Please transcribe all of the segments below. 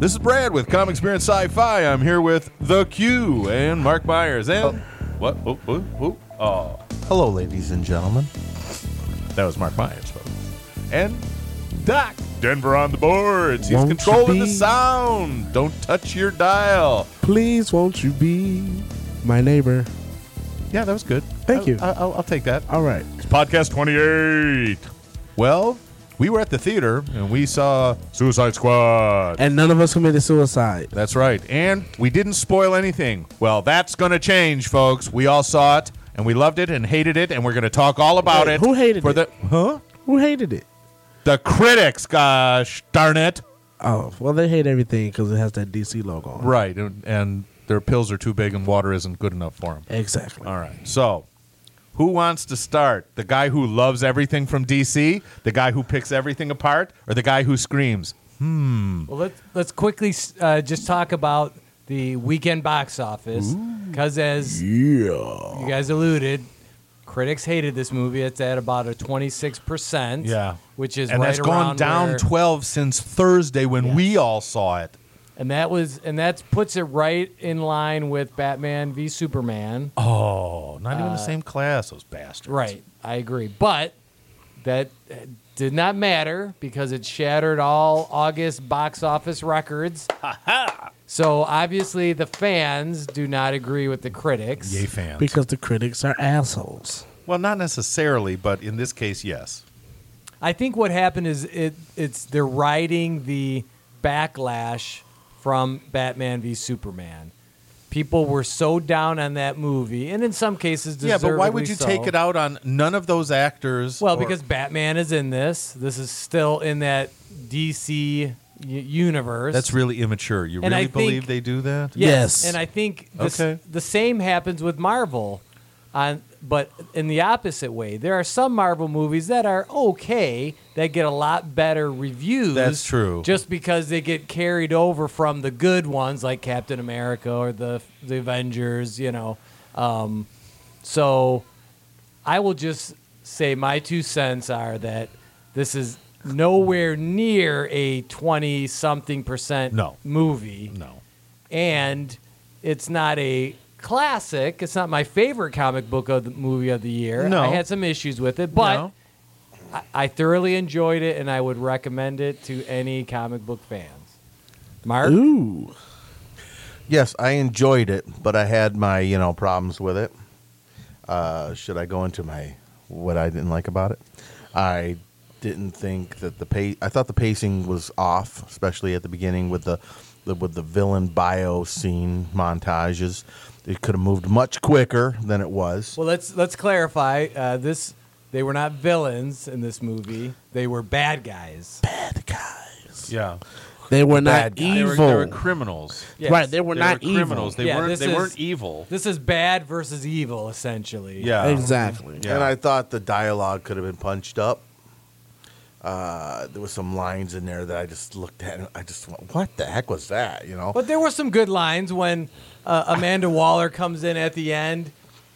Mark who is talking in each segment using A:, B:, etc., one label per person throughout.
A: This is Brad with Comic Experience Sci-Fi. I'm here with The Q and Mark Myers and what? Oh, oh, oh, oh.
B: Hello, ladies and gentlemen.
A: That was Mark Myers, folks. And Doc Denver on the boards. He's
B: Won't you
A: controlling the
B: be?
A: sound. Don't touch your dial.
C: Please, won't you be my neighbor?
A: Yeah, that was good.
C: Thank
A: I-
C: you.
A: I, I'll, I'll take that.
C: All right.
A: It's podcast 28. Well, we were at the theater and we saw Suicide Squad.
C: And none of us committed suicide.
A: That's right. And we didn't spoil anything. Well, that's going to change, folks. We all saw it and we loved it and hated it and we're going to talk all about
C: Wait,
A: it.
C: who hated
A: for
C: it?
A: The, huh?
C: Who hated it?
A: The critics, gosh darn it.
C: Oh, well, they hate everything because it has that DC logo on. it.
A: Right. And, and their pills are too big and water isn't good enough for them.
C: Exactly.
A: All right. So, who wants to start? The guy who loves everything from DC, the guy who picks everything apart, or the guy who screams?
D: Well, let's let's quickly uh, just talk about the weekend box office because, as you guys alluded, critics hated this movie. It's at about a twenty six percent.
A: Yeah.
D: which is
A: and
D: right
A: that's gone
D: around
A: down
D: where-
A: 12 since Thursday when
D: Yeah.
A: we all saw it.
D: and that was and that puts it right in line with Batman v Superman.
A: Oh, not even the same class, those bastards.
D: Uh, Right, I agree, but that uh, did not matter because it shattered all August box office records. So obviously, the fans do not agree with the critics.
A: Yay fans.
C: Because the critics are assholes.
A: well, not necessarily, but in this case, yes.
D: I think what happened is it it's they're riding the backlash from Batman v Superman. People were so down on that movie, and in some cases,
A: Yeah, but why
D: deservedly
A: would you
D: so.
A: take it out on none of those actors?
D: Well,
A: or-
D: because Batman is in this. This is still in that DC y- universe.
A: that's really immature. You
D: And I
A: really
D: think-
A: believe they do that?
C: Yes.
D: Yes, and I think this,
A: Okay.
D: the same happens with Marvel, on but in the opposite way. There are some Marvel movies that are okay that get a lot better reviews.
A: That's true.
D: Just because they get carried over from the good ones like Captain America or the the Avengers, you know. Um, so I will just say my two cents are that this is nowhere near a 20 something percent
A: No.
D: movie
A: No.
D: and it's not a classic. It's not my favorite comic book of the movie of the year.
A: No.
D: I had some issues with it, but
A: No.
D: I, I thoroughly enjoyed it, and I would recommend it to any comic book fans. Mark,
C: Ooh.
B: Yes, I enjoyed it, but I had my you know problems with it. Uh, should I go into my what I didn't like about it? I didn't think that the pace. I thought the pacing was off, especially at the beginning with the, the with the villain bio scene montages. It could have moved much quicker than it was.
D: well, let's let's clarify uh, this. They were not villains in this movie. They were bad guys.
A: Yeah.
C: They were
A: Bad guys.
C: not
A: They were-
C: evil.
A: They were, criminals.
D: Yes.
C: Right, they were
A: They
C: not
A: were criminals.
C: evil.
A: They
D: Yeah,
A: weren't
D: this
A: they
D: is-
A: weren't evil.
D: This is bad versus evil, essentially.
A: yeah.
C: Exactly.
A: Yeah.
B: And I thought the dialogue could have been punched up. Uh, there was some lines in there that I just looked at and I just went, "What the heck was that?" You know.
D: But there were some good lines when uh, Amanda Waller comes in at the end,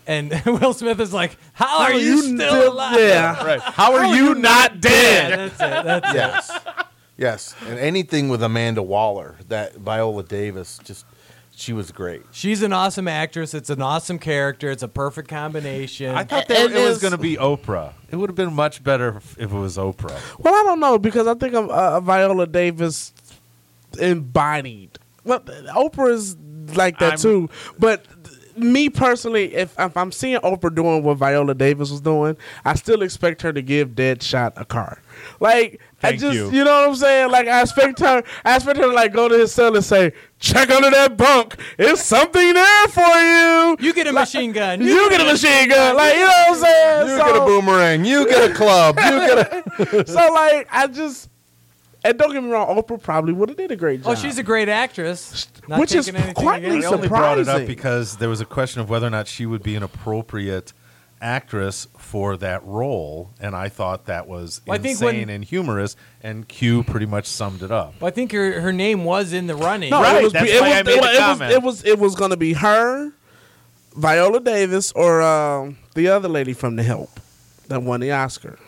D: and Will Smith is like, "How are, you, still alive?"
C: Yeah.
A: Right. How are you not dead?
D: Yeah, that's it. That's it.
B: yes, yes, and anything with Amanda Waller, that Viola Davis, just she was great.
D: She's an awesome actress. It's an awesome character. It's a perfect combination.
A: I thought that
C: And
A: it was
C: is-
A: going to be Oprah. It would have been much better if it was Oprah.
C: Well, I don't know because I think of uh, Viola Davis embodied. Well, Oprah's like that
A: I'm-
C: too, but. th- Me personally, if, if I'm seeing Oprah doing what Viola Davis was doing, I still expect her to give Deadshot a car. Like I
A: Thank
C: just,
A: you.
C: you. know what I'm saying? Like I expect her, I expect her to like go to his cell and say, "Check under that bunk. It's something there for you.
D: you get a machine gun.
C: You get a machine gun. Like you know what I'm saying?
B: You
C: So-
B: get a boomerang. You get a club. You get a.
C: so like I just and don't get me wrong, Oprah probably would have did a great job.
D: Oh, she's a great actress. Not
C: Which is
D: taking anything
C: quietly
D: against
A: I
D: her.
A: only brought it up
C: surprising.
A: because there was a question of whether or not she would be an appropriate actress for that role, and I thought that was
D: Well, I
A: insane
D: think when-
A: and humorous. And Q pretty much summed it up.
D: Well, I think her her name was in the running.
C: no,
A: Right,
C: it was,
A: that's
C: it,
A: why
C: was,
A: I made the
C: it, was, it, was,
A: comment.
C: it was it was gonna be her, Viola Davis, or um, the other lady from The Help that won the Oscar.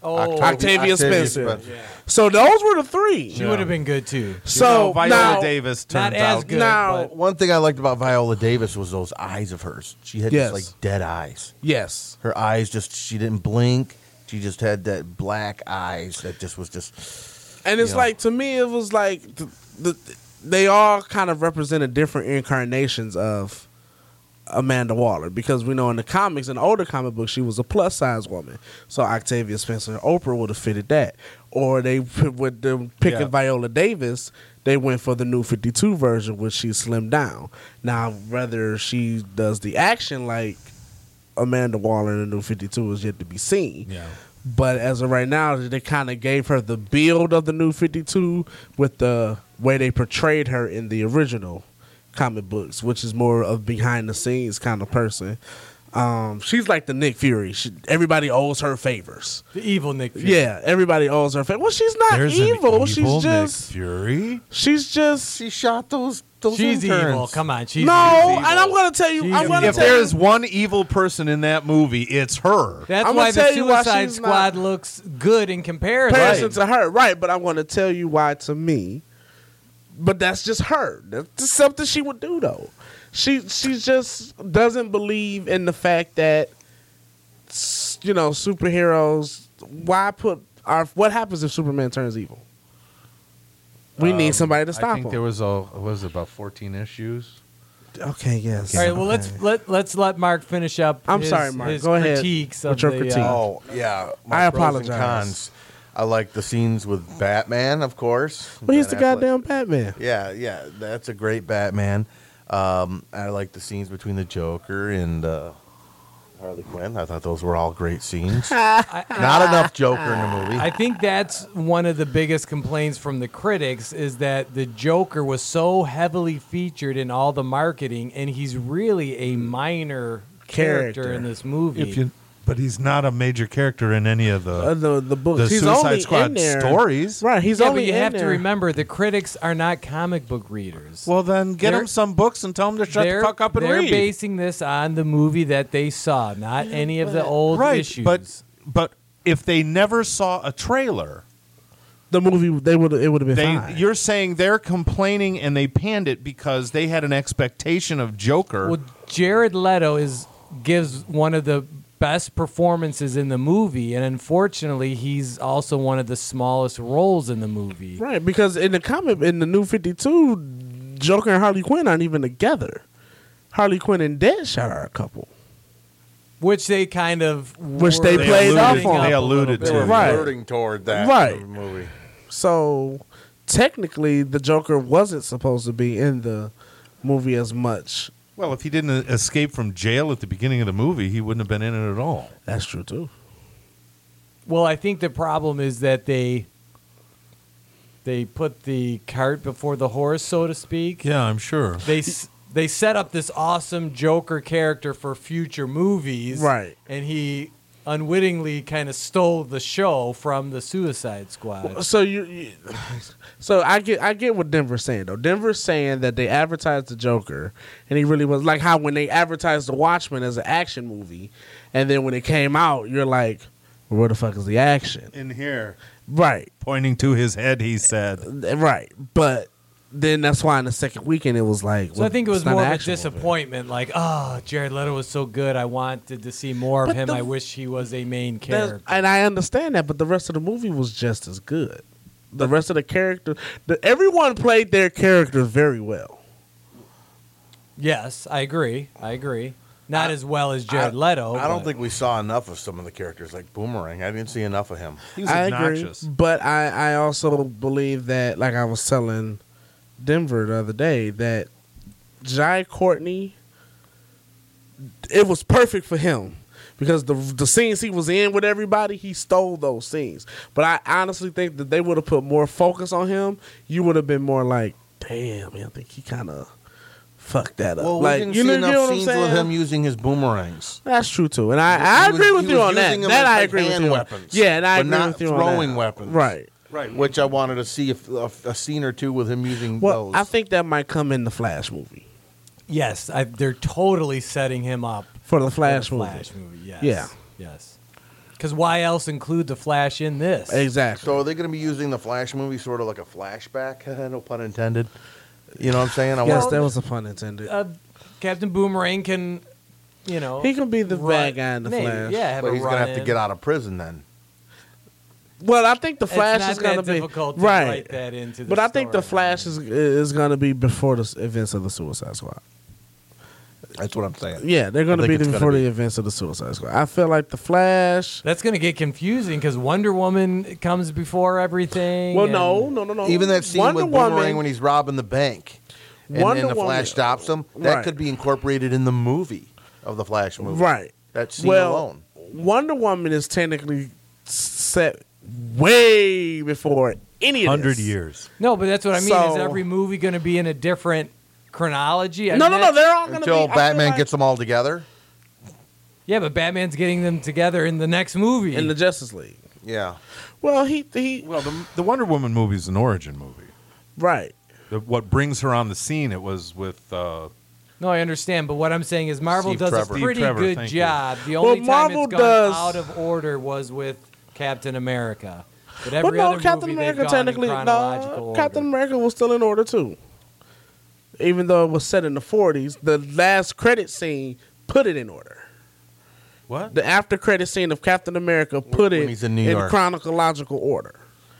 D: Oh, Oh,
B: Octavia-
C: Octavia Spencer.
B: Spencer.
C: So those were the three.
D: she would have been good too.
A: So
D: oh,
C: So
A: Viola
C: now,
A: Davis
D: Not
A: turns
D: as
A: out
D: good.
C: Now-
D: but
B: One thing I liked about Viola Davis was those eyes of hers. She had
C: Yes.
B: just like dead eyes.
C: yes,
B: Her eyes just she didn't blink. She just had that black eyes that just was just
C: and it's
B: Yeah.
C: like to me, it was like the, the, they all kind of represented different incarnations of Amanda Waller because we know in the comics, in the older comic books, she was a plus size woman. So Octavia Spencer and Oprah would have fitted that, or they with them picking
A: Yeah.
C: Viola Davis. They went for the new 52 version, which she slimmed down. Now, whether she does the action like Amanda Waller in the new 52 is yet to be seen.
A: Yeah.
C: But as of right now, they kind of gave her the build of the new 52 with the way they portrayed her in the original comic books, which is more of behind the scenes kind of person. Um, she's like the Nick Fury. She, everybody owes her favors.
D: the evil Nick. Fury.
C: Yeah, everybody owes her favors. Well, she's not
A: There's an
C: evil.
A: evil
C: She's just
A: Nick Fury.
C: she's just
B: she shot those those
D: she's
B: interns.
D: evil. Come on, she's
C: no.
D: Evil.
C: And I'm gonna tell you,
D: She's
C: I'm gonna
A: If
C: tell
A: there is
C: you,
A: one evil person in that movie, it's her.
D: That's
C: I'm gonna
D: why the
C: tell you why
D: Suicide
C: she's
D: Squad
C: not-
D: looks good in comparison.
C: comparison to her, right? But I want to tell you why to me. But that's just her. That's just something she would do though. She she just doesn't believe in the fact that s- you know superheroes. Why put our what happens if Superman turns evil? We need somebody to
A: Um, I
C: stop
A: think
C: him.
A: there was a was it, about 14 issues.
C: okay, yes.
D: All right, well let's let let's let Mark finish up.
C: I'm
D: his-
C: sorry, Mark.
D: His
C: Go ahead
D: critiques
C: with
D: of
C: your
D: the,
C: critique.
D: uh,
B: Oh yeah,
C: I
B: pros and
C: apologize.
B: I like the scenes with Batman, of course.
C: But he's the
B: Ben Affleck.
C: goddamn Batman.
B: Yeah, yeah, that's a great Batman. Um, I like the scenes between the Joker and uh, Harley Quinn. I thought those were all great scenes. Not enough Joker in the movie.
D: I think that's one of the biggest complaints from the critics is that the Joker was so heavily featured in all the marketing, and he's really a minor character,
C: Character.
D: in this movie.
A: but he's not a major character in any of the.
C: Uh, the the books.
A: The
C: he's
A: Suicide
C: only
A: Squad
C: in there.
A: stories.
C: Right. He's
D: yeah,
C: only
D: but you
C: in
D: have to
C: there.
D: remember the critics are not comic book readers.
A: well, then get
D: They're-
A: him some books and tell him to shut the
D: they're,
A: fuck up and
D: they're
A: read.
D: basing this on the movie that they saw, not any of the old
A: right,
D: issues.
A: but but if they never saw a trailer,
C: the movie. They would it would have been
A: they
C: fine.
A: you're saying they're complaining and they panned it because they had an expectation of Joker.
D: Well, Jared Leto is gives one of the best performances in the movie, and unfortunately, he's also one of the smallest roles in the movie.
C: Right, because in the comic in the new Fifty Two, Joker and Harley Quinn aren't even together. Harley Quinn and Deadshot are a couple.
D: Which they kind of
C: Which
D: were
C: they
D: building
C: played
D: up
C: off on.
A: They
D: a little
A: alluded
D: bit.
A: to it.
C: Right.
B: flirting toward that
C: Right.
B: in the movie.
C: So technically, the Joker wasn't supposed to be in the movie as much.
A: Well, if he didn't escape from jail at the beginning of the movie, he wouldn't have been in it at all.
C: That's true too.
D: Well, I think the problem is that they they put the cart before the horse, so to speak.
A: Yeah, I'm sure.
D: They s- they set up this awesome Joker character for future movies,
C: Right.
D: And he unwittingly kind of stole the show from the Suicide Squad.
C: So you, you so I get I get what Denver's saying though. Denver's saying that they advertised the Joker, and he really was like how when they advertised the Watchmen as an action movie, and then when it came out, you're like, where the fuck is the action?
A: In here,
C: Right.
A: pointing to his head, he said,
C: Right. But then that's why in the second weekend it was like.
D: So I think it was
C: it's not
D: more of
C: an
D: a
C: action movie.
D: disappointment. Like, oh, Jared Leto was so good. I wanted to see more of
C: But
D: him.
C: the-
D: I wish he was a main
C: That's-
D: character.
C: And I understand that, but the rest of the movie was just as good. The rest of the character, the, everyone played their characters very well.
D: yes, I agree. I agree. Not as well as Jared Leto.
B: I don't
D: but-
B: think we saw enough of some of the characters, like Boomerang. I didn't see enough of him.
A: "He was
C: I
A: obnoxious."
C: agree, but I I also believe that, like I was telling Denver the other day, that Jai Courtney, it was perfect for him because the the scenes he was in with everybody, he stole those scenes. But I honestly think that they would have put more focus on him. You would have been more like, damn, man, I think he kind of fucked that up.
B: Well, we
C: like,
B: didn't
C: you
B: see
C: know, you know
B: enough
C: what I'm
B: scenes with
C: saying?
B: him using his boomerangs.
C: That's true too, and I, I
B: He was-
C: agree
B: he
C: with you
B: was
C: on that.
B: using them
C: That
B: as,
C: I
B: like,
C: agree with
B: hand
C: you. on.
B: weapons,
C: Yeah, and I
B: but
C: agree
B: not
C: with you on that.
B: throwing weapons.
C: Right.
A: Right.
B: Which I wanted to see if a, a scene or two with him using
C: Well,
B: those.
C: I think that might come in the Flash movie
D: Yes, I, they're totally setting him up.
C: for the
D: for the
C: Flash, movie.
D: Flash movie. Yes.
C: Yeah.
D: Yes. Because why else include the Flash in this?
C: Exactly.
B: So are they going to be using the Flash movie sort of like a flashback? no pun intended. You know what I'm saying? I
C: yes,
B: want
C: that was a pun intended.
D: Uh, Captain Boomerang can, you know,
C: he can be the
D: run-
C: bad guy in the
D: maybe,
C: Flash.
D: Yeah, have
B: but
D: a
B: he's going to have to
D: run-in.
B: get out of prison then.
C: Well, I think the
D: It's
C: Flash
D: not
C: is going to
D: that
C: be
D: difficult to
C: right.
D: write that into. The
C: but I think the
D: storyline.
C: Flash is is going to be before the s- events of the Suicide Squad.
B: That's what I'm saying.
C: Yeah, they're going
B: I
C: to
B: think
C: be
B: it's
C: the-
B: gonna
C: before
B: be.
C: the events of the Suicide Squad. I feel like the Flash.
D: That's going to get confusing because Wonder Woman comes before everything.
C: Well,
D: and-
C: no, no, no, no.
B: Even that scene
C: Wonder
B: with
C: Woman,
B: Boomerang when he's robbing the bank, and
C: Wonder
B: then the
C: Woman-
B: Flash stops him. That
C: Right.
B: could be incorporated in the movie of the Flash movie.
C: right.
B: That scene
C: Well,
B: alone.
C: Wonder Woman is technically set way before any of
E: Hundred
C: this.
E: years.
D: no, but that's what I mean. is
C: So-
D: every movie going to be in a different chronology? I
C: No,
D: mean,
C: no, no.
D: that's-
C: They're all going to be
B: Until
C: I feel
B: Batman
C: like-
B: gets them all together.
D: Yeah, but Batman's getting them together in the next movie.
C: in the Justice League.
B: Yeah.
C: Well, he he
A: Well, the, the Wonder Woman movie is an origin movie.
C: right.
A: The, what brings her on the scene? It was with uh,
D: no, I understand, but what I'm saying is Marvel
A: Steve
D: does
A: Trevor.
D: a
A: Steve
D: pretty
A: Trevor,
D: good
A: thank you.
D: job. The
C: Well,
D: only time
C: Marvel
D: it's gone
C: does-
D: out of order was with Captain America. But
C: Well,
D: every
C: no,
D: other
C: Captain
D: movie, they've
C: America
D: gone in
C: technically
D: chronological
C: no.
D: order.
C: Captain America was still in order too, even though it was set in the forties. The last credit scene put it in order.
A: what?
C: The after credit scene of Captain America put
B: When
C: it
B: he's in New York.
C: chronological order.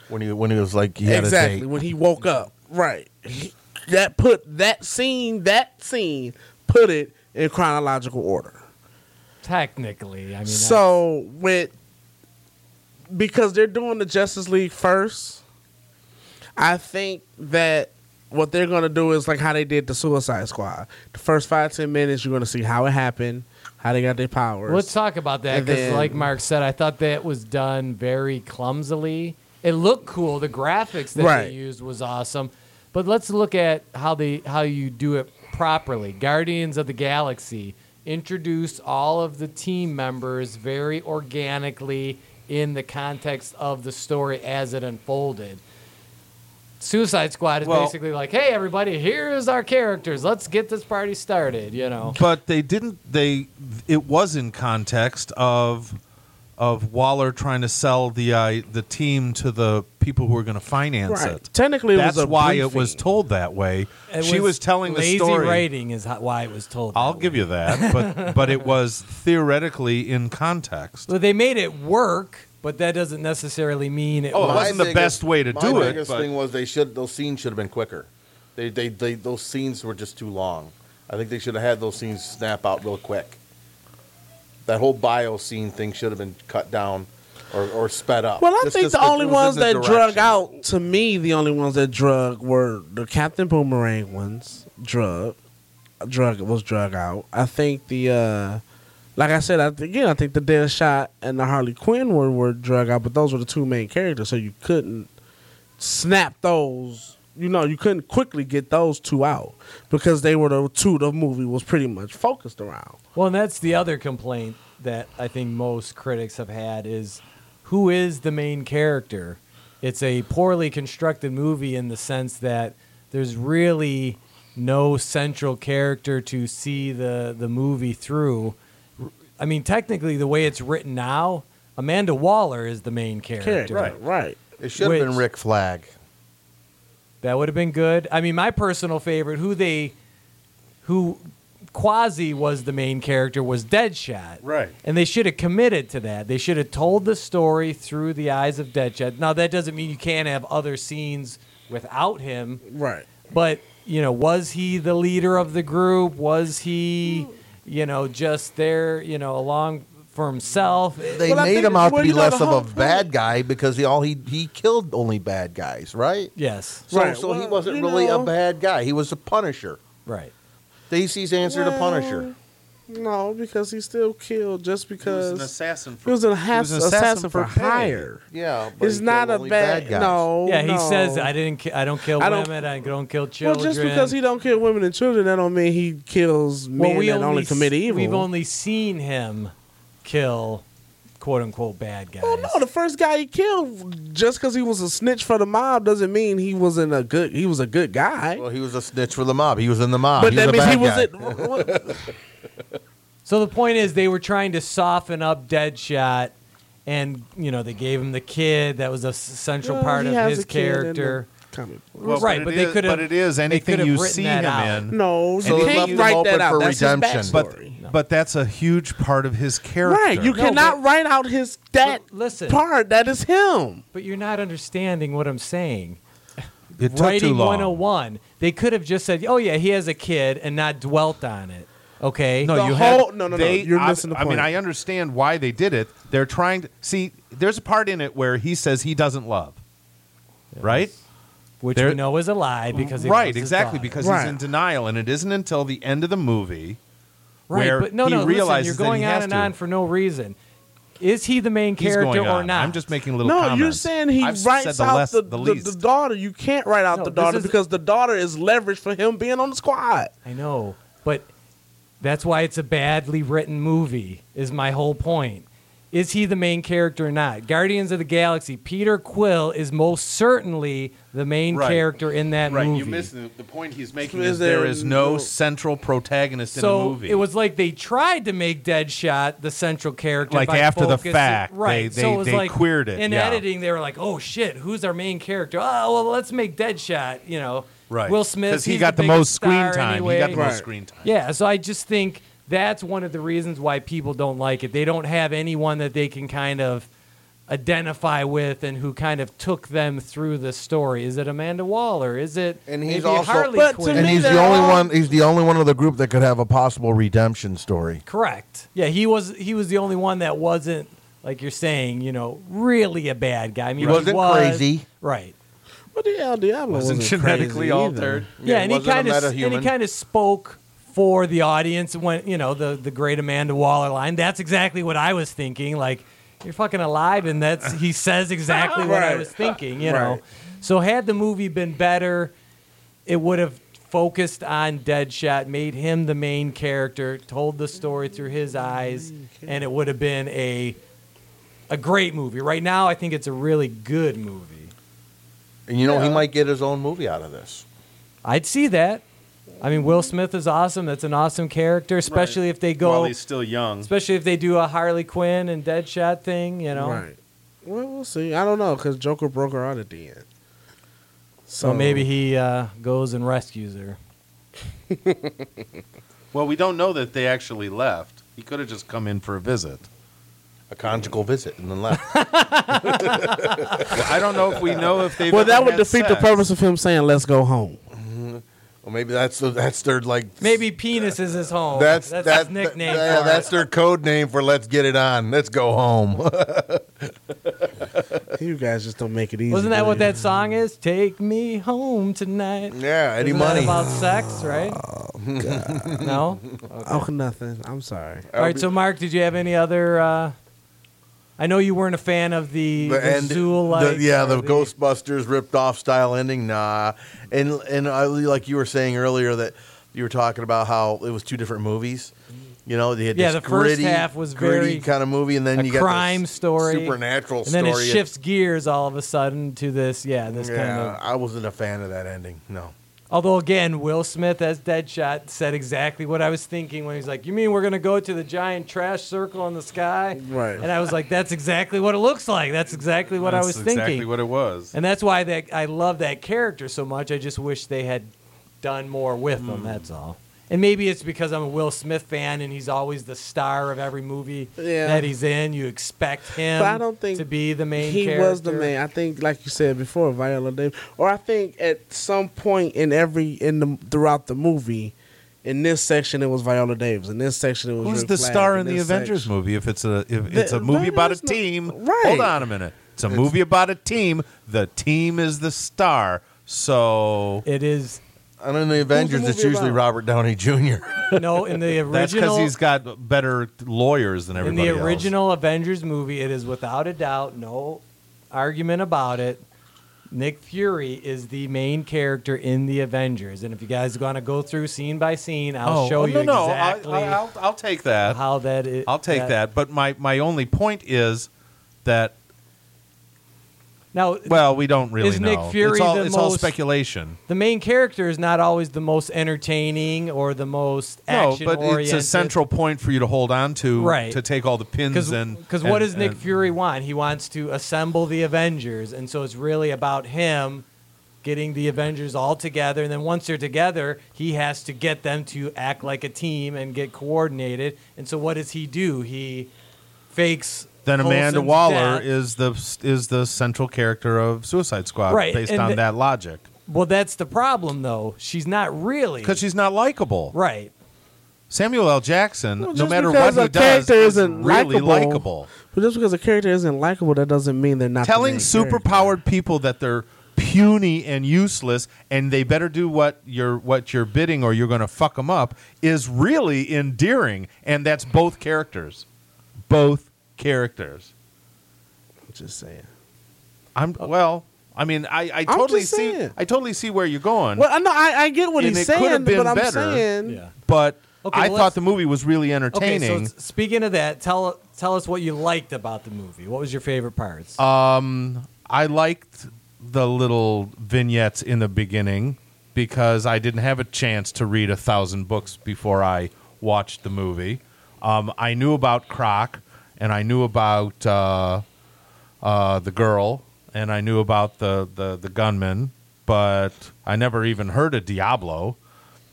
B: When he when he was like he had a
C: exactly
B: date.
C: when he woke up, right? He- that put that scene, that scene put it in chronological order.
D: Technically, I mean, that's-
C: so with because they're doing the Justice League first, I think that what they're gonna do is like how they did the Suicide Squad. The first five ten minutes, you're gonna see how it happened, how they got their powers.
D: Let's talk about that
C: And
D: because,
C: then-
D: like Mark said, I thought that was done very clumsily. It looked cool. The graphics that
C: Right.
D: they used was awesome, but let's look at how they how you do it properly. Guardians of the Galaxy introduced all of the team members very organically in the context of the story as it unfolded. Suicide Squad is
A: Well-
D: basically like, "Hey, everybody, here's our characters. Let's get this party started." You know.
A: But they didn't. They it was in context of of Waller trying to sell the uh, the team to the people who were going to finance
C: right.
A: it.
C: Technically, it
A: That's
C: was a
A: why it
C: briefing.
A: was told that way.
D: It
A: she was, telling the
D: lazy
A: story.
D: Rating is how, why it was told.
A: I'll
D: that
A: give you that, but but it was theoretically in context.
D: way. So they made it work, but that doesn't necessarily mean it.
A: Oh, it
D: was-
A: wasn't the best way to
B: my
A: do it,
B: biggest
A: but-
B: thing was they should those scenes should have been quicker. They, they they those scenes were just too long. I think they should have had those scenes snap out real quick. That whole bio scene thing should have been cut down or, or sped up.
C: Well, I
B: Just
C: think
B: 'cause
C: the
B: it
C: only
B: was in
C: ones
B: the
C: that drug
B: direction.
C: out to me, the only ones that drug were the Captain Boomerang ones. Drug, drug was drug out. I think the, uh like I said, I th- again, I think the Deadshot and the Harley Quinn were were drug out, but those were the two main characters, so you couldn't snap those. You know, you couldn't quickly get those two out because they were the two the movie was pretty much focused around.
D: Well, and that's the other complaint that I think most critics have had is who is the main character? It's a poorly constructed movie in the sense that there's really no central character to see the, the movie through. I mean, technically, the way it's written now, Amanda Waller is the main character.
C: Right, right.
B: It should have been
D: Which-
B: Rick Flag.
D: That would have been good. I mean, my personal favorite, who they, who Quasi was the main character, was Deadshot.
A: Right.
D: And they should have committed to that. They should have told the story through the eyes of Deadshot. Now, that doesn't mean you can't have other scenes without him,
C: Right.
D: but, you know, was he the leader of the group? Was he, you know, just there, you know, along for himself?
B: They
C: Well, I
B: made
C: think
B: him
C: it's
B: out to
C: where
B: be
C: you got
B: less
C: the
B: of
C: whole
B: a bad guy because he all he he killed only bad guys, right?
D: Yes.
B: So
C: Right,
B: so he
C: well,
B: wasn't
C: you
B: really
C: know.
B: a bad guy. He was a Punisher.
D: Right.
B: Daisy's answer to Punisher.
C: No, because he still killed just because
A: assassin.
C: he was an, has- assassin, for,
A: pay.
C: hire.
B: Yeah, but
C: It's
B: he
C: not
B: killed
C: a
B: only
C: bad,
B: guys.
C: no.
D: Yeah, he
C: Oh, no.
D: says, I didn't, ki- I don't kill
C: I don't-
D: women, I don't kill
C: Well,
D: children.
C: just because he don't kill women and children, that don't mean he kills men that only,
D: s-
C: commit evil.
D: We've only seen him kill quote unquote bad guys.
C: well, no, the first guy he killed, just because he was a snitch for the mob, doesn't mean he wasn't a good. He was a good guy.
B: Well, he was a snitch for the mob. He was in the mob.
C: but
B: he
C: that
B: was
C: means
B: a
C: he
B: bad guy.
C: wasn't. what-
D: so the point is they were trying to soften up Deadshot and you know they gave him the kid that was a s- central
C: Well,
D: part
C: he
D: of
C: has
D: his
C: a kid in the
D: character.
C: comic book.
A: Well,
D: right,
A: it
D: but they
A: is-
D: could've-
A: But it is
D: they
A: anything
D: could've
A: you
D: written
A: see
D: that
A: him
D: out.
A: in.
C: No,
B: So
C: you
B: they left
C: can't
B: him
C: write
B: open
C: that out.
B: for
C: That's
B: redemption.
C: his
A: But
C: backstory.
A: but that's a huge part of his character.
C: right, you
D: No,
C: cannot
D: but-
C: write out his that
D: L- listen.
C: part. That is him.
D: But you're not understanding what I'm saying.
A: it took
D: Writing
A: too long.
D: 101. They could have just said, "Oh yeah, he has a kid," and not dwelt on it. Okay.
A: No,
C: The
A: you
C: whole-
A: had,
C: no, no, no,
A: they-
C: you're
A: I,
C: missing the
A: I mean,
C: point.
A: I understand why they did it. They're trying to see. There's a part in it where he says he doesn't love, right?
D: which
A: There-
D: we know is a lie because he
A: right,
D: loves his
A: exactly,
D: daughter.
A: because
C: Right.
A: he's in denial, and it isn't until the end of the movie
D: right.
A: where
D: but no,
A: he
D: no, listen,
A: realizes
D: you're going
A: that he
D: on
A: has
D: and
A: to.
D: on for no reason. Is he the main
A: He's
D: character
A: going
D: or
A: on.
D: not?
A: I'm just making little
C: No,
A: comments.
C: you're saying he
A: I've said
C: writes
A: the
C: out
A: less-
C: the,
A: the
C: the,
A: least.
C: the daughter. You can't write out
D: No,
C: the
D: this
C: daughter
D: is-
C: because the daughter is leveraged for him being on the squad.
D: I know, but that's why it's a badly written movie. Is my whole point. Is he the main character or not? Guardians of the Galaxy. Peter Quill is most certainly the main
A: Right.
D: character in that
A: Right,
D: movie.
A: you missed the, the point he's making.
C: Is
A: Is there
C: there
A: is no,
C: no-
A: central protagonist in the
D: so
A: movie?
D: it was like they tried to make Deadshot the central character,
A: Like
D: by
A: after the
D: focusing-
A: fact,
D: right?
A: they-
D: so
A: they-
D: it was
A: they
D: like
A: queered it,
D: In
A: yeah.
D: editing, they were like, "Oh shit, who's our main character? Oh well, let's make Deadshot." You know,
A: right.
D: Will Smith
A: because he
D: he's
A: got the,
D: biggest
A: most screen
D: star
A: time.
D: Anyway.
A: He got the
C: Right.
A: most screen time.
D: Yeah, so I just think that's one of the reasons why people don't like it. They don't have anyone that they can kind of identify with and who kind of took them through the story. Is it Amanda Waller? Is it
B: And he's
D: maybe
B: also-
D: Harley
C: But to
D: Quinn?
B: and
C: me,
B: he's
C: they're
B: the only
C: all-
B: one. He's the only one of the group that could have a possible redemption story.
D: Correct. Yeah, he was he was the only one that wasn't like you're saying, you know, really a bad guy. I mean,
B: He wasn't
D: was-
B: crazy.
D: Right.
C: But the El Diablo
A: Wasn't
C: wasn't,
A: genetically
C: crazy
A: altered.
D: Yeah,
B: Yeah,
D: and he
B: wasn't a
D: kind of and he
B: metahuman.
D: kind of spoke for the audience when you know the the great Amanda Waller line. That's exactly what I was thinking. Like you're fucking alive, and that's he says exactly what I
C: Right.
D: was thinking. You know,
C: Right.
D: so had the movie been better, it would have focused on Deadshot, made him the main character, told the story through his eyes, and it would have been a a great movie. Right now, I think it's a really good movie.
B: And you know, he might get his own movie out of this.
D: I'd see that. I mean, Will Smith is awesome. That's an awesome character, especially if they
A: While
D: go,
A: he's still young.
D: especially if they do a Harley Quinn and Deadshot thing. You know,
C: Right. Well, we'll see. I don't know because Joker broke her out at the end.
D: so maybe he uh, goes and rescues her.
A: Well, we don't know that they actually left. He could have just come in for a visit.
B: A conjugal visit and then left.
A: I don't know if we know if they.
C: Well, that would defeat the purpose of him saying "Let's go home."
B: Well, maybe that's the, that's their like
D: Maybe penis is his home.
B: that's
D: that's
B: that-
D: his nickname.
B: yeah,
D: for it.
B: that's their code name for let's get it on. Let's go home.
C: You guys just don't make it easy.
D: Wasn't that
C: do
D: what
C: you?
D: that song is? Take me home tonight.
B: yeah, any
D: Isn't that
B: money.
D: about sex, right? no.
C: Oh, nothing. I'm sorry.
D: All right. So, Mark, did you have any other? Uh, I know you weren't a fan of the, uh, the
B: end-
D: Zool-like
B: the- yeah,
D: or
B: the, Ghostbusters ripped off style ending. Nah, and and I, like you were saying earlier that you were talking about how it was two different movies. You know, they had
D: Yeah,
B: this
D: the first
B: gritty,
D: half was very-
B: kind of movie, and then
D: a
B: you got
D: crime
B: this
D: story,
B: supernatural
D: and then
B: story.
D: it shifts gears all of a sudden to this, yeah, this
B: yeah,
D: kind of.
B: I wasn't a fan of that ending. No,
D: Although again, Will Smith as Deadshot said exactly what I was thinking when he's like, "You mean we're gonna go to the giant trash circle in the sky?"
C: Right.
D: And I was like, "That's exactly what it looks like. That's exactly what I was
A: Exactly
D: thinking."
A: what it was.
D: and that's why that I love that character so much. I just wish they had done more with
C: Hmm.
D: him. That's all. And maybe it's because I'm a Will Smith fan, and he's always the star of every movie
C: Yeah.
D: that he's in. You expect him,
C: But I don't think
D: to be the main.
C: he
D: character.
C: was the man. I think, like you said before, Viola Davis, or I think at some point in every in the throughout the movie, in this section it was Viola Davis, in this section it was
A: Who's
C: Rick
A: the
C: Flag,
A: star in the
C: this
A: Avengers
C: section-
A: movie? If it's a if it's a
C: The-
A: movie about a
C: there's no-
A: team,
C: right.
A: Hold on a minute. It's a movie about a team. The team is the star. So
D: It is
B: and in the Avengers, it's
C: movie
B: usually
C: about?
B: Robert Downey Jr.
D: no in the
A: that's because
D: original.
A: he's got better lawyers than
D: in
A: everybody.
D: the
A: else.
D: original Avengers movie, it is without a doubt no argument about it. Nick Fury is the main character in the Avengers, and if you guys want to go through scene by scene, I'll
A: oh,
D: show
A: oh,
D: you
A: no, no, I-
D: exactly
A: I, will I'll take that.
D: how that is.
A: I'll take that. But my my only point is that
D: Now,
A: Well, we don't really
D: Is
A: know.
D: Nick Fury
A: it's all,
D: the
A: it's all
D: most-
A: speculation.
D: the main character is not always the most entertaining or the most
A: No,
D: action
A: but it's a central point for you to hold on to
D: Right.
A: to take all the pins and
D: because
A: and-
D: what does Nick
A: and-
D: Fury want? He wants to assemble the Avengers, and so it's really about him getting the Avengers all together. And then once they're together, he has to get them to act like a team and get coordinated. And so what does he do? He fakes.
A: Then Amanda
D: Coulson's
A: Waller
D: death.
A: is the is the central character of Suicide Squad
D: Right,
A: based
D: and
A: on
D: the-
A: that logic
D: Well, that's the problem, though. She's not really
A: because she's not likable.
D: right.
A: Samuel L. Jackson,
C: Well,
A: no
C: just
A: matter what
C: because
A: he
C: a
A: does,
C: character
A: is
C: isn't
A: really
C: likable.
A: likable.
C: But just because a character isn't likable, that doesn't mean they're not the
A: Telling
C: main
A: superpowered people that they're puny and useless and they better do what you're what you're bidding or you're going to fuck them up is really endearing, and that's both characters, both characters.
C: character. Just saying.
A: I'm well. I mean, I, I totally
C: just
A: see.
C: saying.
A: I totally see where you're going.
C: Well, I know I, I get what
A: And
C: he's
A: it could have
C: saying,
A: been
C: but I'm
A: better.
C: saying
A: but
D: Okay,
A: I
D: well,
A: thought
D: let's-
A: the movie was really
D: Okay,
A: entertaining.
D: so s- speaking of that, tell tell us what you liked about the movie. What was your favorite parts?
A: Um, I liked the little vignettes in the beginning because I didn't have a chance to read a thousand books before I watched the movie. Um, I knew about Croc, and I knew about uh, uh, the girl, and I knew about the, the, the gunman, but I never even heard of Diablo.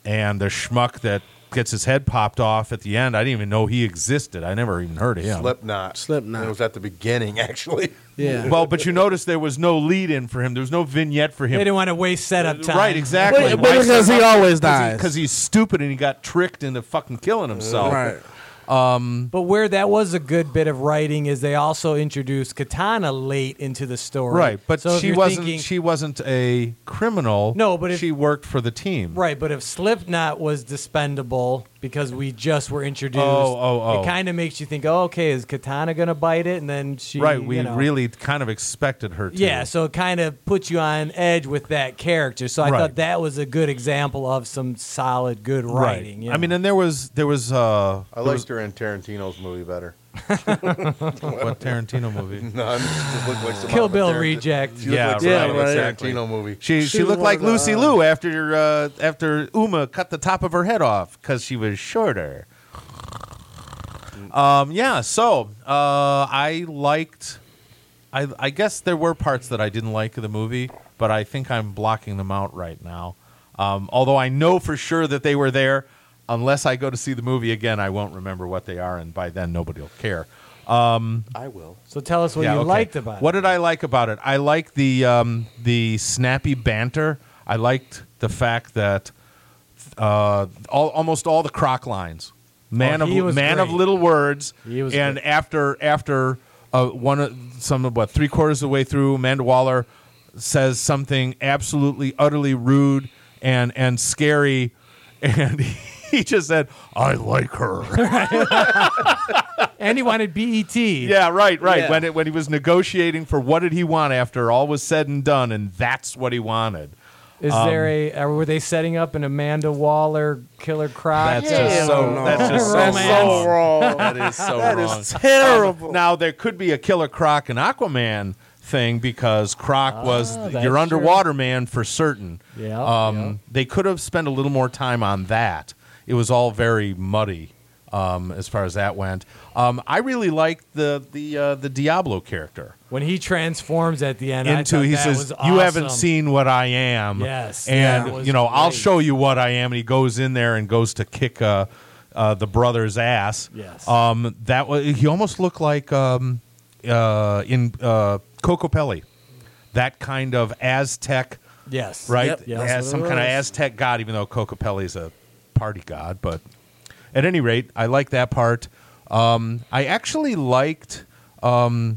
A: And the schmuck that gets his head popped off at the end, I didn't even know he existed. I never even heard of him.
B: Slipknot.
C: Slipknot.
B: It was at the beginning, actually.
C: yeah.
A: Well, but you notice there was no lead in for him. There was no vignette for
D: they
A: him.
D: didn't want to waste setup time.
A: Right, exactly.
C: But- but because he always dies.
A: Because he's stupid and he got tricked into fucking killing himself.
C: right.
D: But where that was a good bit of writing is they also introduced Katana late into the story.
A: Right, but
D: So if
A: she
D: you're
A: wasn't.
D: thinking-
A: she wasn't a criminal.
D: No, but if-
A: she worked for the team.
D: Right, but if Slipknot was dispendable because we just were introduced,
A: Oh, oh, oh.
D: it kind of makes you think, oh, okay, is Katana gonna bite it? And then she,
A: right. We
D: you know-
A: really kind of expected her to.
D: yeah. So it kind of puts you on edge with that character. So I
A: Right.
D: thought that was a good example of some solid, good
A: right.
D: writing. you
A: I mean,
D: know.
A: and there was there was uh,
B: I liked her in Tarantino's movie better.
A: what Tarantino movie?
B: None. She looked like somebody
D: Kill
B: with
D: Bill
B: Tarant-
D: reject.
B: She looked
A: Yeah,
B: like somebody
C: right.
B: with
A: Exactly.
B: Tarantino movie.
A: She, she
C: She
A: looked like
C: was,
A: Lucy
C: uh,
A: Liu after uh, after Uma cut the top of her head off because she was shorter. Um, yeah, so uh, I liked. I, I guess there were parts that I didn't like of the movie, but I think I'm blocking them out right now. Um, although I know for sure that they were there. Unless I go to see the movie again, I won't remember what they are, and by then nobody will care.
B: I will.
D: so tell us what
A: Yeah,
D: you
A: okay.
D: liked about
A: What
D: it.
A: did I like about it? I like the um, the snappy banter. I liked the fact that uh, all, almost all the croc lines, man
D: Oh, he
A: of
D: was
A: man of
D: great.
A: little words,
D: He was
A: and
D: great.
A: after after uh, one of- some of what three quarters of the way through, Amanda Waller says something absolutely utterly rude and and scary, and he just said, "I like her."
D: And he wanted BET.
A: Yeah, right, right.
C: Yeah.
A: When it, when he was negotiating for what did he want after all was said and done, and that's what he wanted.
D: Is
A: Um,
D: there a uh, were they setting up an Amanda Waller Killer Croc?
A: That's just so.
C: no.
A: That's just so
D: Romance.
A: wrong.
C: wrong.
A: Oh, That is so
C: That
A: wrong.
C: is terrible.
A: now there could be a Killer Croc and Aquaman thing because Croc was
D: Ah, that's
A: your
D: true.
A: underwater man for certain.
D: Yeah,
A: Um,
D: yeah.
A: They could have spent a little more time on that. It was all very muddy um, as far as that went. Um, I really liked the the uh, the Diablo character.
D: when he transforms at the end I
A: into
D: thought
A: he
D: that
A: says
D: was
A: you haven't
D: awesome.
A: seen what i am
D: Yes,
A: and
D: that was
A: you know i'll
D: great.
A: show you what i am and he goes in there and goes to kick uh, uh, the brother's ass
D: Yes.
A: um, that was he almost looked like um, uh, in uh, coco pelli that kind of aztec
D: yes
A: right
D: Yep, yep.
A: as some kind of aztec god even though coco pelli is a party god but at any rate i like that part um, i actually liked um,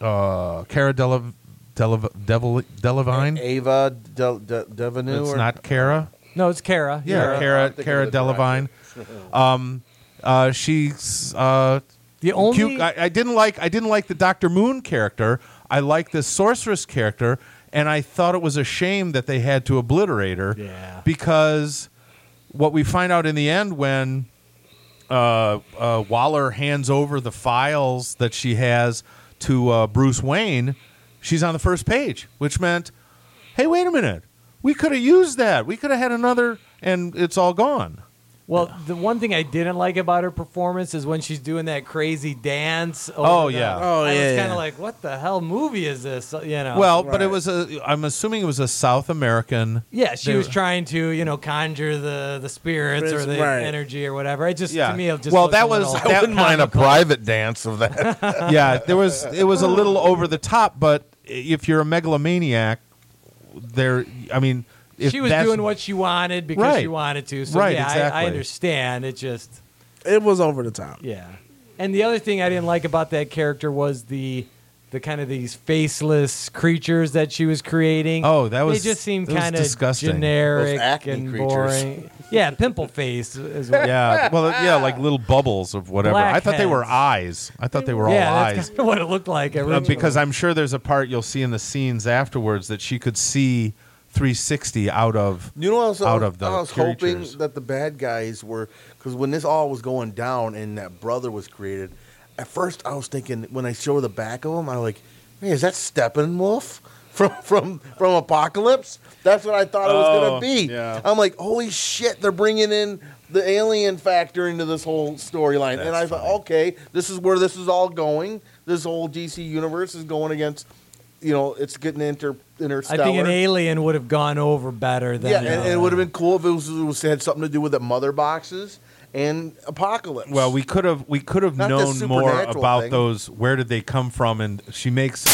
A: uh, Cara Dele, Dele, Devil, Delevine.
B: Ava Del, De, Devenu.
A: It's
B: or-
A: not Cara.
D: no it's Kara
A: Yeah, Cara,
B: I'm thinking
A: Cara
B: of the
A: Delevine.
B: director.
A: Um, uh, she's uh,
D: the only
A: cute. I, I didn't like. I didn't like the Doctor Moon character. I like the sorceress character, and I thought it was a shame that they had to obliterate her.
D: Yeah.
A: Because what we find out in the end when uh, uh, Waller hands over the files that she has to uh, Bruce Wayne, she's on the first page, which meant, hey, wait a minute, we could have used that. We could have had another, and it's all gone.
D: Well, the one thing I didn't like about her performance is when she's doing that crazy dance. over
A: Oh,
D: the-
A: yeah.
C: Oh,
D: I
C: yeah, yeah.
D: was kind of like, what the hell movie is this? You know.
A: Well, but it
C: Right.
A: was a. I'm assuming it was a South American.
D: yeah, she
A: they-
D: was trying to you know conjure the the spirits or the
C: Right.
D: energy or whatever. It just
A: Yeah.
D: to me, it just
A: Well,
D: looked
A: that
D: a
A: was-
D: little-
A: I That wouldn't mind a comical.
B: private dance of that.
A: yeah, there was. It was a little over the top, but if you're a megalomaniac, there. I mean, if
D: she was
A: that's-
D: doing what she wanted because she
A: Right.
D: wanted to. So
A: Right,
D: yeah, I,
A: exactly.
D: I understand. It just
C: It was over the top.
D: yeah. And the other thing I didn't like about that character was the the kind of these faceless creatures that she was creating.
A: Oh, that was-
D: they just seemed
A: that was
D: kind of
A: disgusting.
D: generic
B: Those acne
D: and
B: creatures.
D: boring. yeah, pimple face is what.
A: Yeah, well, yeah, like little bubbles of whatever. I thought they were
D: Blackheads.
A: eyes. I thought they were
D: yeah,
A: all
D: that's
A: eyes.
D: kind of what it looked like.
A: Uh,
D: originally.
A: because I'm sure there's a part you'll see in the scenes afterwards that she could see 360 out of.
B: you know, what I was,
A: Out of the
B: I was
A: creatures.
B: hoping that the bad guys were because when this all was going down and that brother was created, at first I was thinking when I show the back of him, I like, hey, is that Steppenwolf from from from Apocalypse? That's what I thought it was
A: Oh,
B: gonna be.
A: yeah.
B: I'm like, holy shit, they're bringing in the alien factor into this whole storyline, and
A: That's
B: I thought,
A: funny.
B: okay, this is where this is all going. This whole DC universe is going against. You know, it's getting inter
D: I
B: interstellar.
D: think an alien would have gone over better than
B: Yeah, and, and it
D: uh,
B: would have been cool if it was, it was had something to do with the mother boxes and apocalypse.
A: Well, we could have we could have
B: Not the
A: known more
B: supernatural
A: about
B: thing.
A: those. Where did they come from? And she makes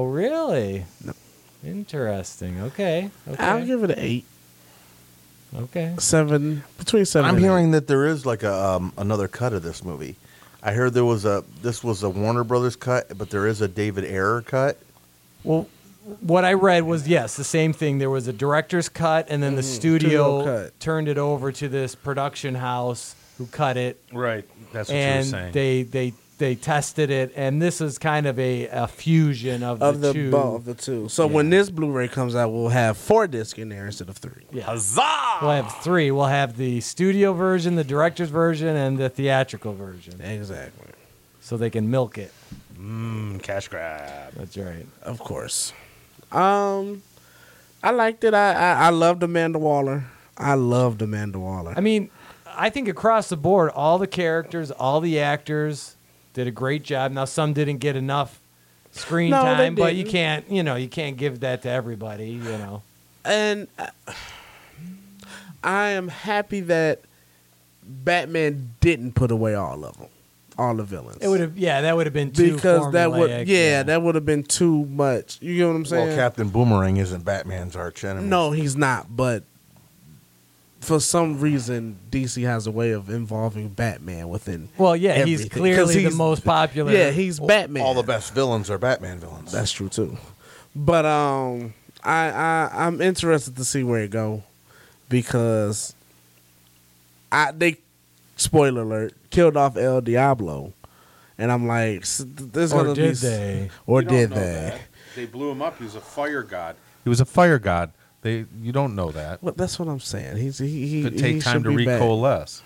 D: Oh, Interesting. Okay. Okay.
C: I'll give it an eight,
D: okay.
C: seven, between seven.
B: I'm
C: and
B: hearing that there is like a um, another cut of this movie. I heard there was a this was a Warner Brothers cut, but there is a David Ayer cut.
D: Well, what I read was yes, the same thing. There was a director's cut, and then the
A: Mm-hmm.
D: studio
C: studio cut.
D: turned it over to this production house who cut it,
A: Right. That's what
D: and
A: you were saying.
D: they they they tested it, and this is kind of a, a fusion of,
C: of
D: the,
C: the,
D: two.
C: bo- of the two. So when this Blu-ray comes out, we'll have four discs in there instead of three.
D: Yeah.
A: Huzzah!
D: We'll have three. We'll have the studio version, the director's version, and the theatrical version,
C: Exactly.
D: so they can milk it.
A: Mm, cash grab.
D: That's right.
C: Of course. Um, I liked it. I I, I loved Amanda Waller. I loved Amanda Waller.
D: I mean, I think across the board, all the characters, all the actors did a great job. Now, some didn't get enough screen
C: No, they
D: time, but you
C: didn't.
D: can't, you know, you can't give that to everybody, you know.
C: and I, I am happy that Batman didn't put away all of them, all the villains.
D: It would have, yeah, that would have been too
C: because that would yeah,
D: formulaic,
C: that would have been too much. You get what I'm saying?
B: Well, Captain Boomerang isn't Batman's arch enemy.
C: no, he's not. But for some reason, DC has a way of involving Batman within.
D: Well, yeah, he's
C: everything. 'Cause
D: clearly
C: he's-
D: the most popular.
C: Yeah, he's Batman.
B: all the best villains are Batman villains.
C: That's true too. But um, I I I'm interested to see where it go because I they spoiler alert killed off El Diablo, and I'm like s- there's
D: Or
C: gonna
D: did
C: be s-
D: they?
C: or
A: You don't
C: did
A: know
C: they?
A: that. They blew him up. He was a fire god. He was a fire god. They you don't know that.
C: Well, that's what I'm saying. He's he he,
A: Could
C: he
A: take time
C: should
A: to
C: be back.
A: recoalesce.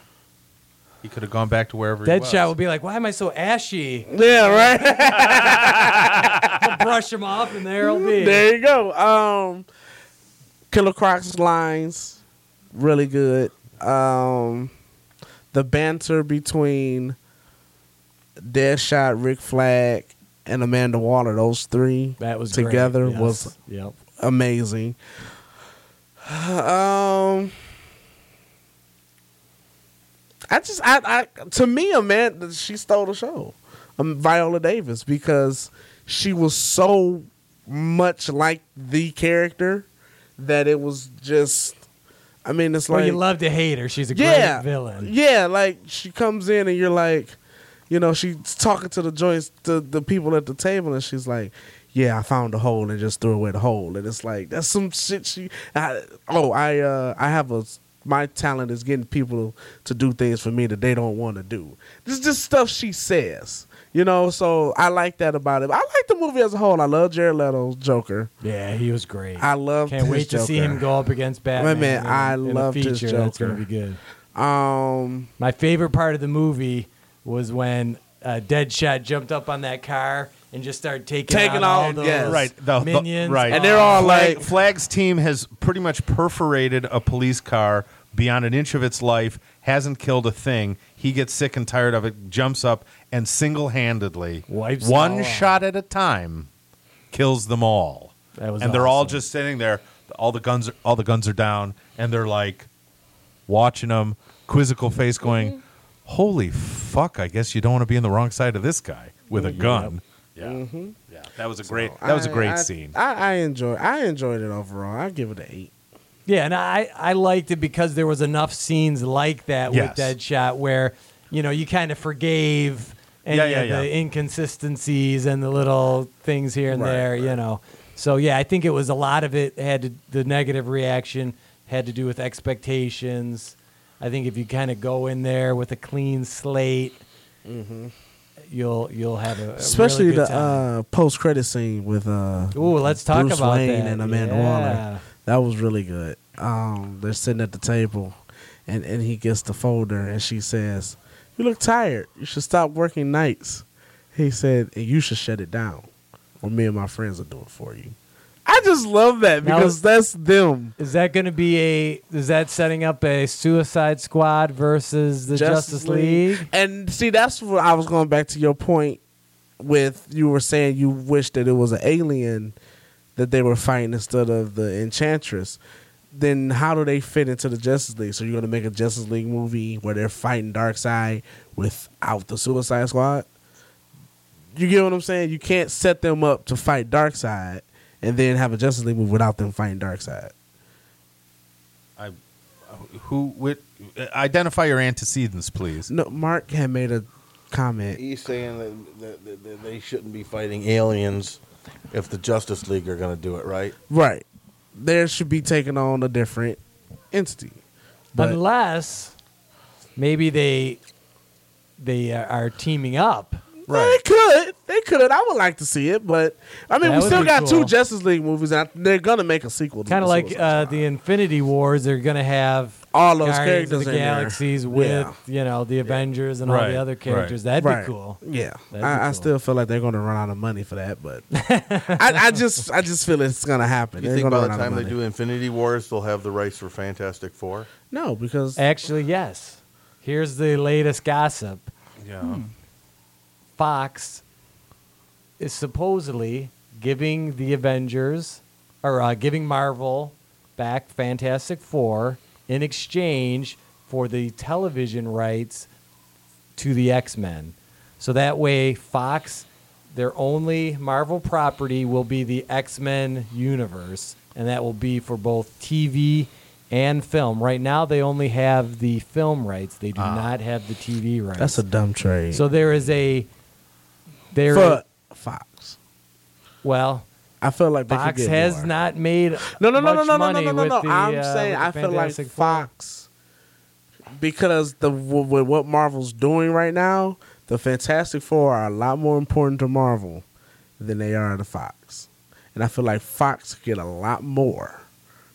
A: He could have gone back to wherever he was.
D: Deadshot would be like, why am I so ashy?
C: Yeah, right.
D: I'll brush him off, and there'll be.
C: there you go. Um, Killer Croc's lines really good. Um, the banter between Deadshot, Rick Flag, and Amanda Waller, those three
D: that was great,
C: together
D: yes.
C: was
D: Yep.
C: amazing. Um, I just, I, I, to me, Amanda, she stole the show, um, Viola Davis, because she was so much like the character that it was just, I mean, it's
D: Well,
C: like
D: you love to hate her. She's a great villain.
C: yeah, like she comes in and you're like, you know, she's talking to the joints, to the people at the table, and she's like, "Yeah, I found a hole and just threw away the hole." And it's like that's some shit. She, I, oh, I, uh, I have a my talent is getting people to do things for me that they don't want to do. This is just stuff she says, you know. So I like that about it. I like the movie as a whole. I love Jared Leto's Joker.
D: Yeah, he was great.
C: I love.
D: Can't
C: his
D: wait to see
C: Joker.
D: him go up against Batman.
C: minute,
D: in-
C: I
D: in a
C: loved his
D: feature. That's gonna
C: Joker.
D: be good.
C: Um,
D: My favorite part of the movie was when uh, Deadshot jumped up on that car and just started taking
C: Taking
D: out all,
C: off,
D: those
C: yes.
A: Right, the- the-
D: minions,
A: right.
C: and they're all like,
A: Flag's team has pretty much perforated a police car beyond an inch of its life, hasn't killed a thing. He gets sick and tired of it, jumps up, and single handedly,
D: Wipes them all
A: one
D: out.
A: shot at a time, kills them all.
D: That was
A: and they're all
D: awesome.
A: just sitting there. All the guns are, all the guns are down, and they're like watching him, quizzical face going, Holy fuck, I guess you don't want to be on the wrong side of this guy with a
C: Mm-hmm.
A: gun. Yeah. Yeah. That was a great that was a
C: I-
A: great
C: I-
A: scene.
C: I, I enjoy. I enjoyed it overall. I give it an eight.
D: Yeah, and I, I liked it because there was enough scenes like that
A: Yes.
D: with Deadshot where, you know, you kind of forgave any
A: Yeah, yeah,
D: of the
A: yeah.
D: inconsistencies and the little things here and
C: Right,
D: there, you know. So yeah, I think it was a lot of it had to, the negative reaction had to do with expectations. I think if you kind of go in there with a clean slate, you'll you'll have a, a really
C: Especially
D: good
C: the
D: time.
C: uh, post credit scene with uh,
D: Ooh, let's talk
C: Bruce
D: about
C: Wayne
D: that.
C: and Amanda
D: Yeah.
C: Waller. That was really good. Um, they're sitting at the table, and and he gets the folder, and she says, "You look tired. You should stop working nights." He said, "And you should shut it down, or me and my friends will do it for you." I just love that
D: Now-
C: because that's them.
D: Is that going to be a? Is that setting up a Suicide Squad versus the Justice, League?
C: And see, that's what I was going back to your point with you were saying you wish that it was an alien that they were fighting instead of the Enchantress. Then how do they fit into the Justice League? So you're going to make a Justice League movie where they're fighting Darkseid without the Suicide Squad? You get what I'm saying? You can't set them up to fight Darkseid and then have a Justice League movie without them fighting Darkseid.
A: I, who with identify your antecedents, please.
C: No, Mark had made a comment.
B: He's saying that, that, that, that they shouldn't be fighting aliens if the Justice League are going to do it, right?
C: Right, there should be taking on a different entity. But
D: Unless maybe they they are- are teaming up.
C: they could, they could. I would like to see it, but I mean,
D: That
C: we
D: would
C: still
D: be
C: got two
D: cool.
C: Justice League movies, and I- they're gonna make a sequel. to
D: Kind
C: the
D: of like
C: Suicide
D: uh,
C: Squad.
D: the Infinity Wars, they're going to have
C: All those
D: Guardians
C: characters
D: of the
C: in there.
D: Galaxies with you know the Avengers and all
A: Right,
D: the other
A: right.
D: characters. That'd
C: right.
D: be cool.
C: Yeah, I,
D: That'd be
C: I
D: cool.
C: still feel like they're gonna run out of money for that, but I, I just, I just feel it's gonna happen.
B: You
C: They're
B: think
C: gonna
B: by the
C: run out of
B: time they
C: money.
B: do Infinity Wars, they'll have the rights for Fantastic Four?
C: No, because
D: Actually, yes. Here's the latest gossip.
A: Yeah.
D: Fox is supposedly giving the Avengers or uh, giving Marvel back Fantastic Four in exchange for the television rights to the X Men. So that way, Fox, their only Marvel property will be the X Men universe, and that will be for both TV and film. Right now, they only have the film rights, they do not have the TV rights.
C: Ah. that's a dumb trade.
D: So there is a there.
C: for Fox,
D: well,
C: I feel like they could
D: Fox
C: get
D: has
C: more.
D: not made
C: No, no, no, no,
D: much
C: no, no, no,
D: money
C: no, no,
D: with
C: no.
D: the,
C: I'm
D: uh,
C: saying
D: with
C: I
D: the
C: feel like
D: Fantastic Four.
C: Fox, because the w- with what Marvel's doing right now, the Fantastic Four are a lot more important to Marvel than they are to Fox, and I feel like Fox could get a lot more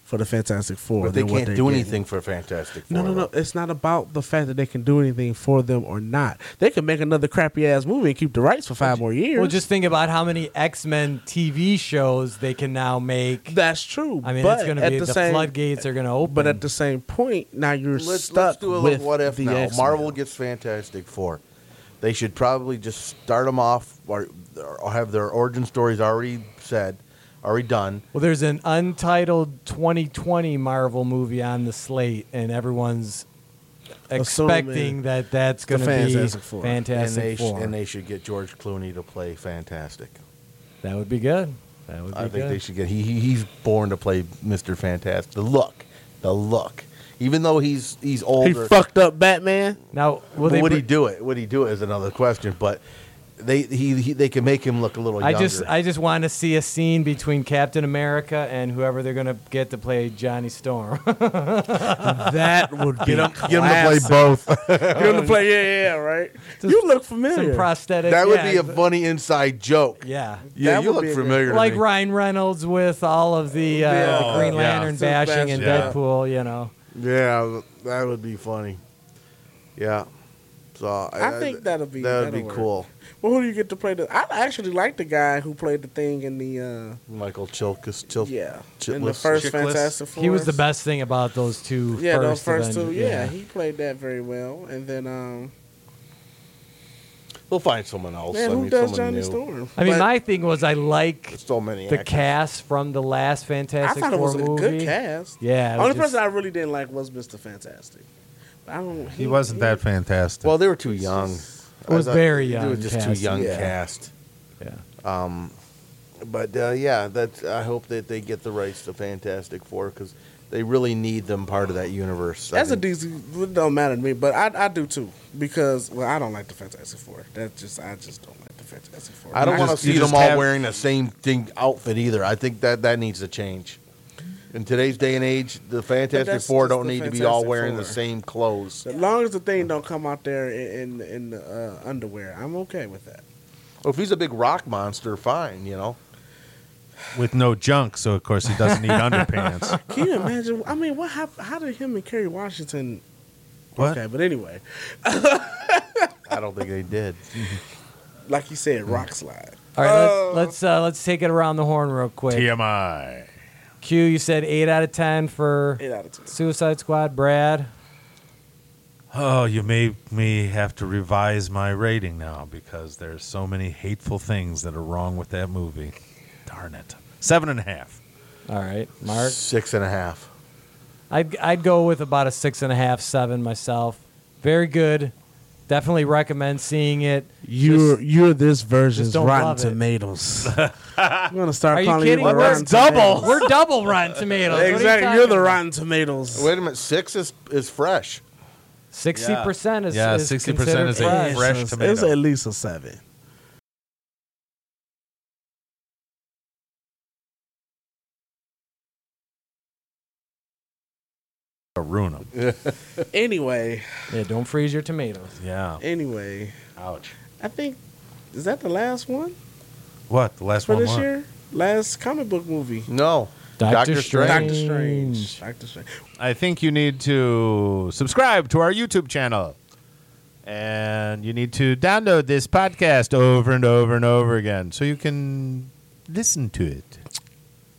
C: for the Fantastic Four.
B: But they
C: than what
B: can't
C: they're
B: do
C: getting.
B: anything for Fantastic Four.
C: No, no, no.
B: though.
C: It's not about the fact that they can do anything for them or not. They can make another crappy ass movie and keep the rights for five more years.
D: Well, just think about how many X Men TV shows they can now make.
C: that's true.
D: I mean,
C: but
D: it's going to
C: at
D: be
C: the,
D: the,
C: same,
D: floodgates are going to open.
C: But at the same point, now you're
B: Let's,
C: stuck
B: let's do a
C: with
B: little what if
C: the
B: now.
C: X-Men.
B: Marvel gets Fantastic Four. They should probably just start them off or, or have their origin stories already said, already done.
D: well, there's an untitled 2020 Marvel movie on the slate, and everyone's
C: Assuming
D: expecting that that's going to be
C: Fantastic Four. And
B: And they,
D: Fantastic
B: sh-
D: Four.
B: and they should get George Clooney to play Fantastic.
D: that would be good. That would be
B: I think
D: good.
B: they should get. He, he he's born to play Mister Fantastic. The look, the look. Even though he's he's
C: He
B: older,
C: fucked up Batman.
D: Now, will
B: but
D: they
B: would he
D: br-
B: do it? Would he do it is another question. But they he, he they can make him look a little.
D: I
B: younger.
D: just I just want to see a scene between Captain America and whoever they're gonna get to play Johnny Storm.
C: That would be
B: get him to play both.
C: Get him to play. Yeah, yeah, yeah, right. you look familiar.
D: Some prosthetic.
B: that would
D: yeah,
B: be a funny inside joke.
D: yeah.
B: yeah,
C: That
B: you
C: would be
B: look
C: a good-
B: familiar. to
D: Like
B: me.
D: Ryan Reynolds with all of the, uh,
B: Yeah.
D: the Green
C: Oh,
A: Yeah.
D: Lantern
C: Since
D: bashing and
A: Batman.
D: Deadpool, you know.
B: Yeah, that would be funny. Yeah. So
C: I think that'll be-
B: that would be
C: that'll work.
B: cool.
C: Well, who do you get to play the? I actually like the guy who played the thing in the.
B: Michael Chilkis, Chil-
C: uh Yeah,
B: Chit-
C: in the
B: was-
C: first
A: Chickless?
C: Fantastic Four.
D: He was the best thing about those two.
C: Yeah,
D: first
C: those first
D: Avengers,
C: two. Yeah, he played that very well. And then, um,
B: We'll find someone else.
C: man,
B: I
C: who
B: mean,
C: does
B: someone
C: Johnny
B: new.
C: Storm?
D: I mean,
B: But-
D: my thing was I like
B: There's so many.
D: the
B: actors.
D: cast from the last
C: I
D: Fantastic
C: thought it
D: Four
C: was a
D: movie.
C: good cast.
D: Yeah. it was
C: Only
D: just-
C: person I really didn't like was Mister Fantastic. I don't.
A: He wasn't that fantastic.
B: Well, they were too young.
D: It was
B: I thought-
D: very
B: They were
D: young
B: just
D: cast,
B: too young
C: yeah.
B: cast.
D: yeah.
B: But uh, yeah, that's. I hope that they get the rights to Fantastic Four because they really need them part of that universe. I
C: That's a
B: think-
C: DC. It don't matter to me, but I, I do too because well, I don't like the Fantastic Four. That just I just don't like the Fantastic Four.
B: I don't
A: You
B: want to
A: just- you
B: see them
A: just
B: all
A: have-
B: wearing the same thing outfit either. I think that that needs to change. In today's day and age, the Fantastic
C: that's
B: Four
C: just
B: don't
C: the
B: need to be all
C: Fantastic
B: wearing the
C: Four.
B: same clothes.
C: As long as the thing don't come out there in in, in the, uh, underwear, I'm okay with that.
B: Well, if he's a big rock monster, fine, you know.
A: with no junk, so of course he doesn't need underpants.
C: Can you imagine? I mean, what happened? How did him and Kerry Washington?
A: What?
C: Okay, but anyway,
B: I don't think they did.
C: like you said, rock slide.
D: All right,
C: Oh.
D: let's let's, uh, let's take it around the horn real quick.
A: TMI.
D: Q, you said eight out of ten for
C: Eight out of ten.
D: Suicide Squad. Brad,
A: Oh, you made me have to revise my rating now because there's so many hateful things that are wrong with that movie. Darn it. Seven and a half.
D: all right, Mark.
B: Six and a half.
D: I'd I'd go with about a six and a half, seven myself. Very good, Definitely recommend seeing it.
C: You're
D: Just-
C: you're this version's
D: just don't
C: Rotten
D: love it.
C: Tomatoes. I'm gonna start
D: Are you
C: calling
D: kidding?
C: the
D: We're
C: Rotten
B: double.
C: Tomatoes.
D: we're double Rotten Tomatoes. What are you
C: exactly.
D: talking
C: You're the
D: about?
C: Rotten Tomatoes.
B: Wait a minute, six is is fresh.
D: Sixty percent is
A: Yeah,
D: is
A: 60%
D: considered
A: is a
D: fresh.
A: fresh
C: it's,
A: tomato.
C: It's at least a seven.
A: ruin them.
C: Anyway,
D: Yeah, don't freeze your tomatoes.
A: Yeah.
C: anyway,
A: Ouch.
C: I think is that the last one
A: What? The last
C: for
A: one.
C: this
A: what?
C: year? Last comic book movie.
B: No,
D: Doctor,
B: Doctor
D: Strange.
B: Strange.
C: Doctor Strange. Doctor Strange.
A: I think you need to subscribe to our YouTube channel. And you need to download this podcast over and over and over again so you can listen to it.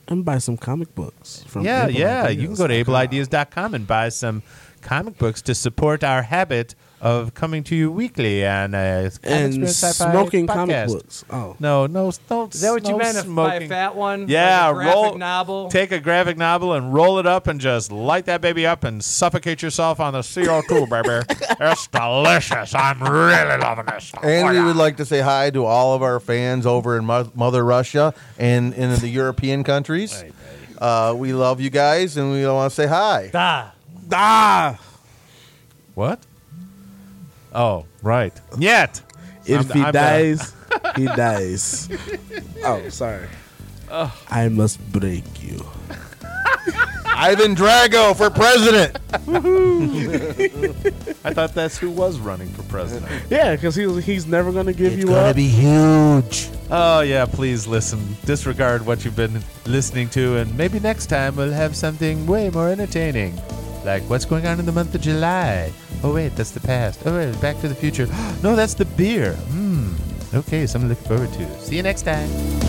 C: And buy some comic books from
A: yeah,
C: Able
A: yeah.
C: Ideas.
A: You can go to ableideas.com and buy some comic books to support our habit of coming to you weekly and, uh, Comic
C: and
A: Express Sci-Fi
C: smoking comic
A: podcast.
C: books. Oh,
A: No, no, don't.
D: Is that what you
A: no
D: meant by
A: Smoking.
D: a fat one?
A: Yeah,
D: like a graphic
A: roll-
D: novel.
A: Take a graphic novel and roll it up and just light that baby up and suffocate yourself on the CO2, baby. It's delicious. I'm really loving this.
B: and
A: Oh,
B: we
A: yeah.
B: would like to say hi to all of our fans over in Mo- Mother Russia and, and in the European countries. Uh, we love you guys, and we want to say hi.
D: Da.
C: ah,
A: What? Oh, right. Yet.
C: if
A: I'm-
C: he
A: I'm, uh,
C: dies, he dies. Oh, sorry. I must break you.
B: Ivan Drago for president.
A: I thought that's who was running for president.
C: Yeah, because he's he's never gonna give you up.
B: be huge.
A: oh, yeah, please listen. Disregard what you've been listening to, and maybe next time we'll have something way more entertaining. Like what's going on in the month of July? Oh, wait, that's the past. Oh, wait, back to the future. no, that's the beer. Hmm. Okay, something to look forward to. See you next time.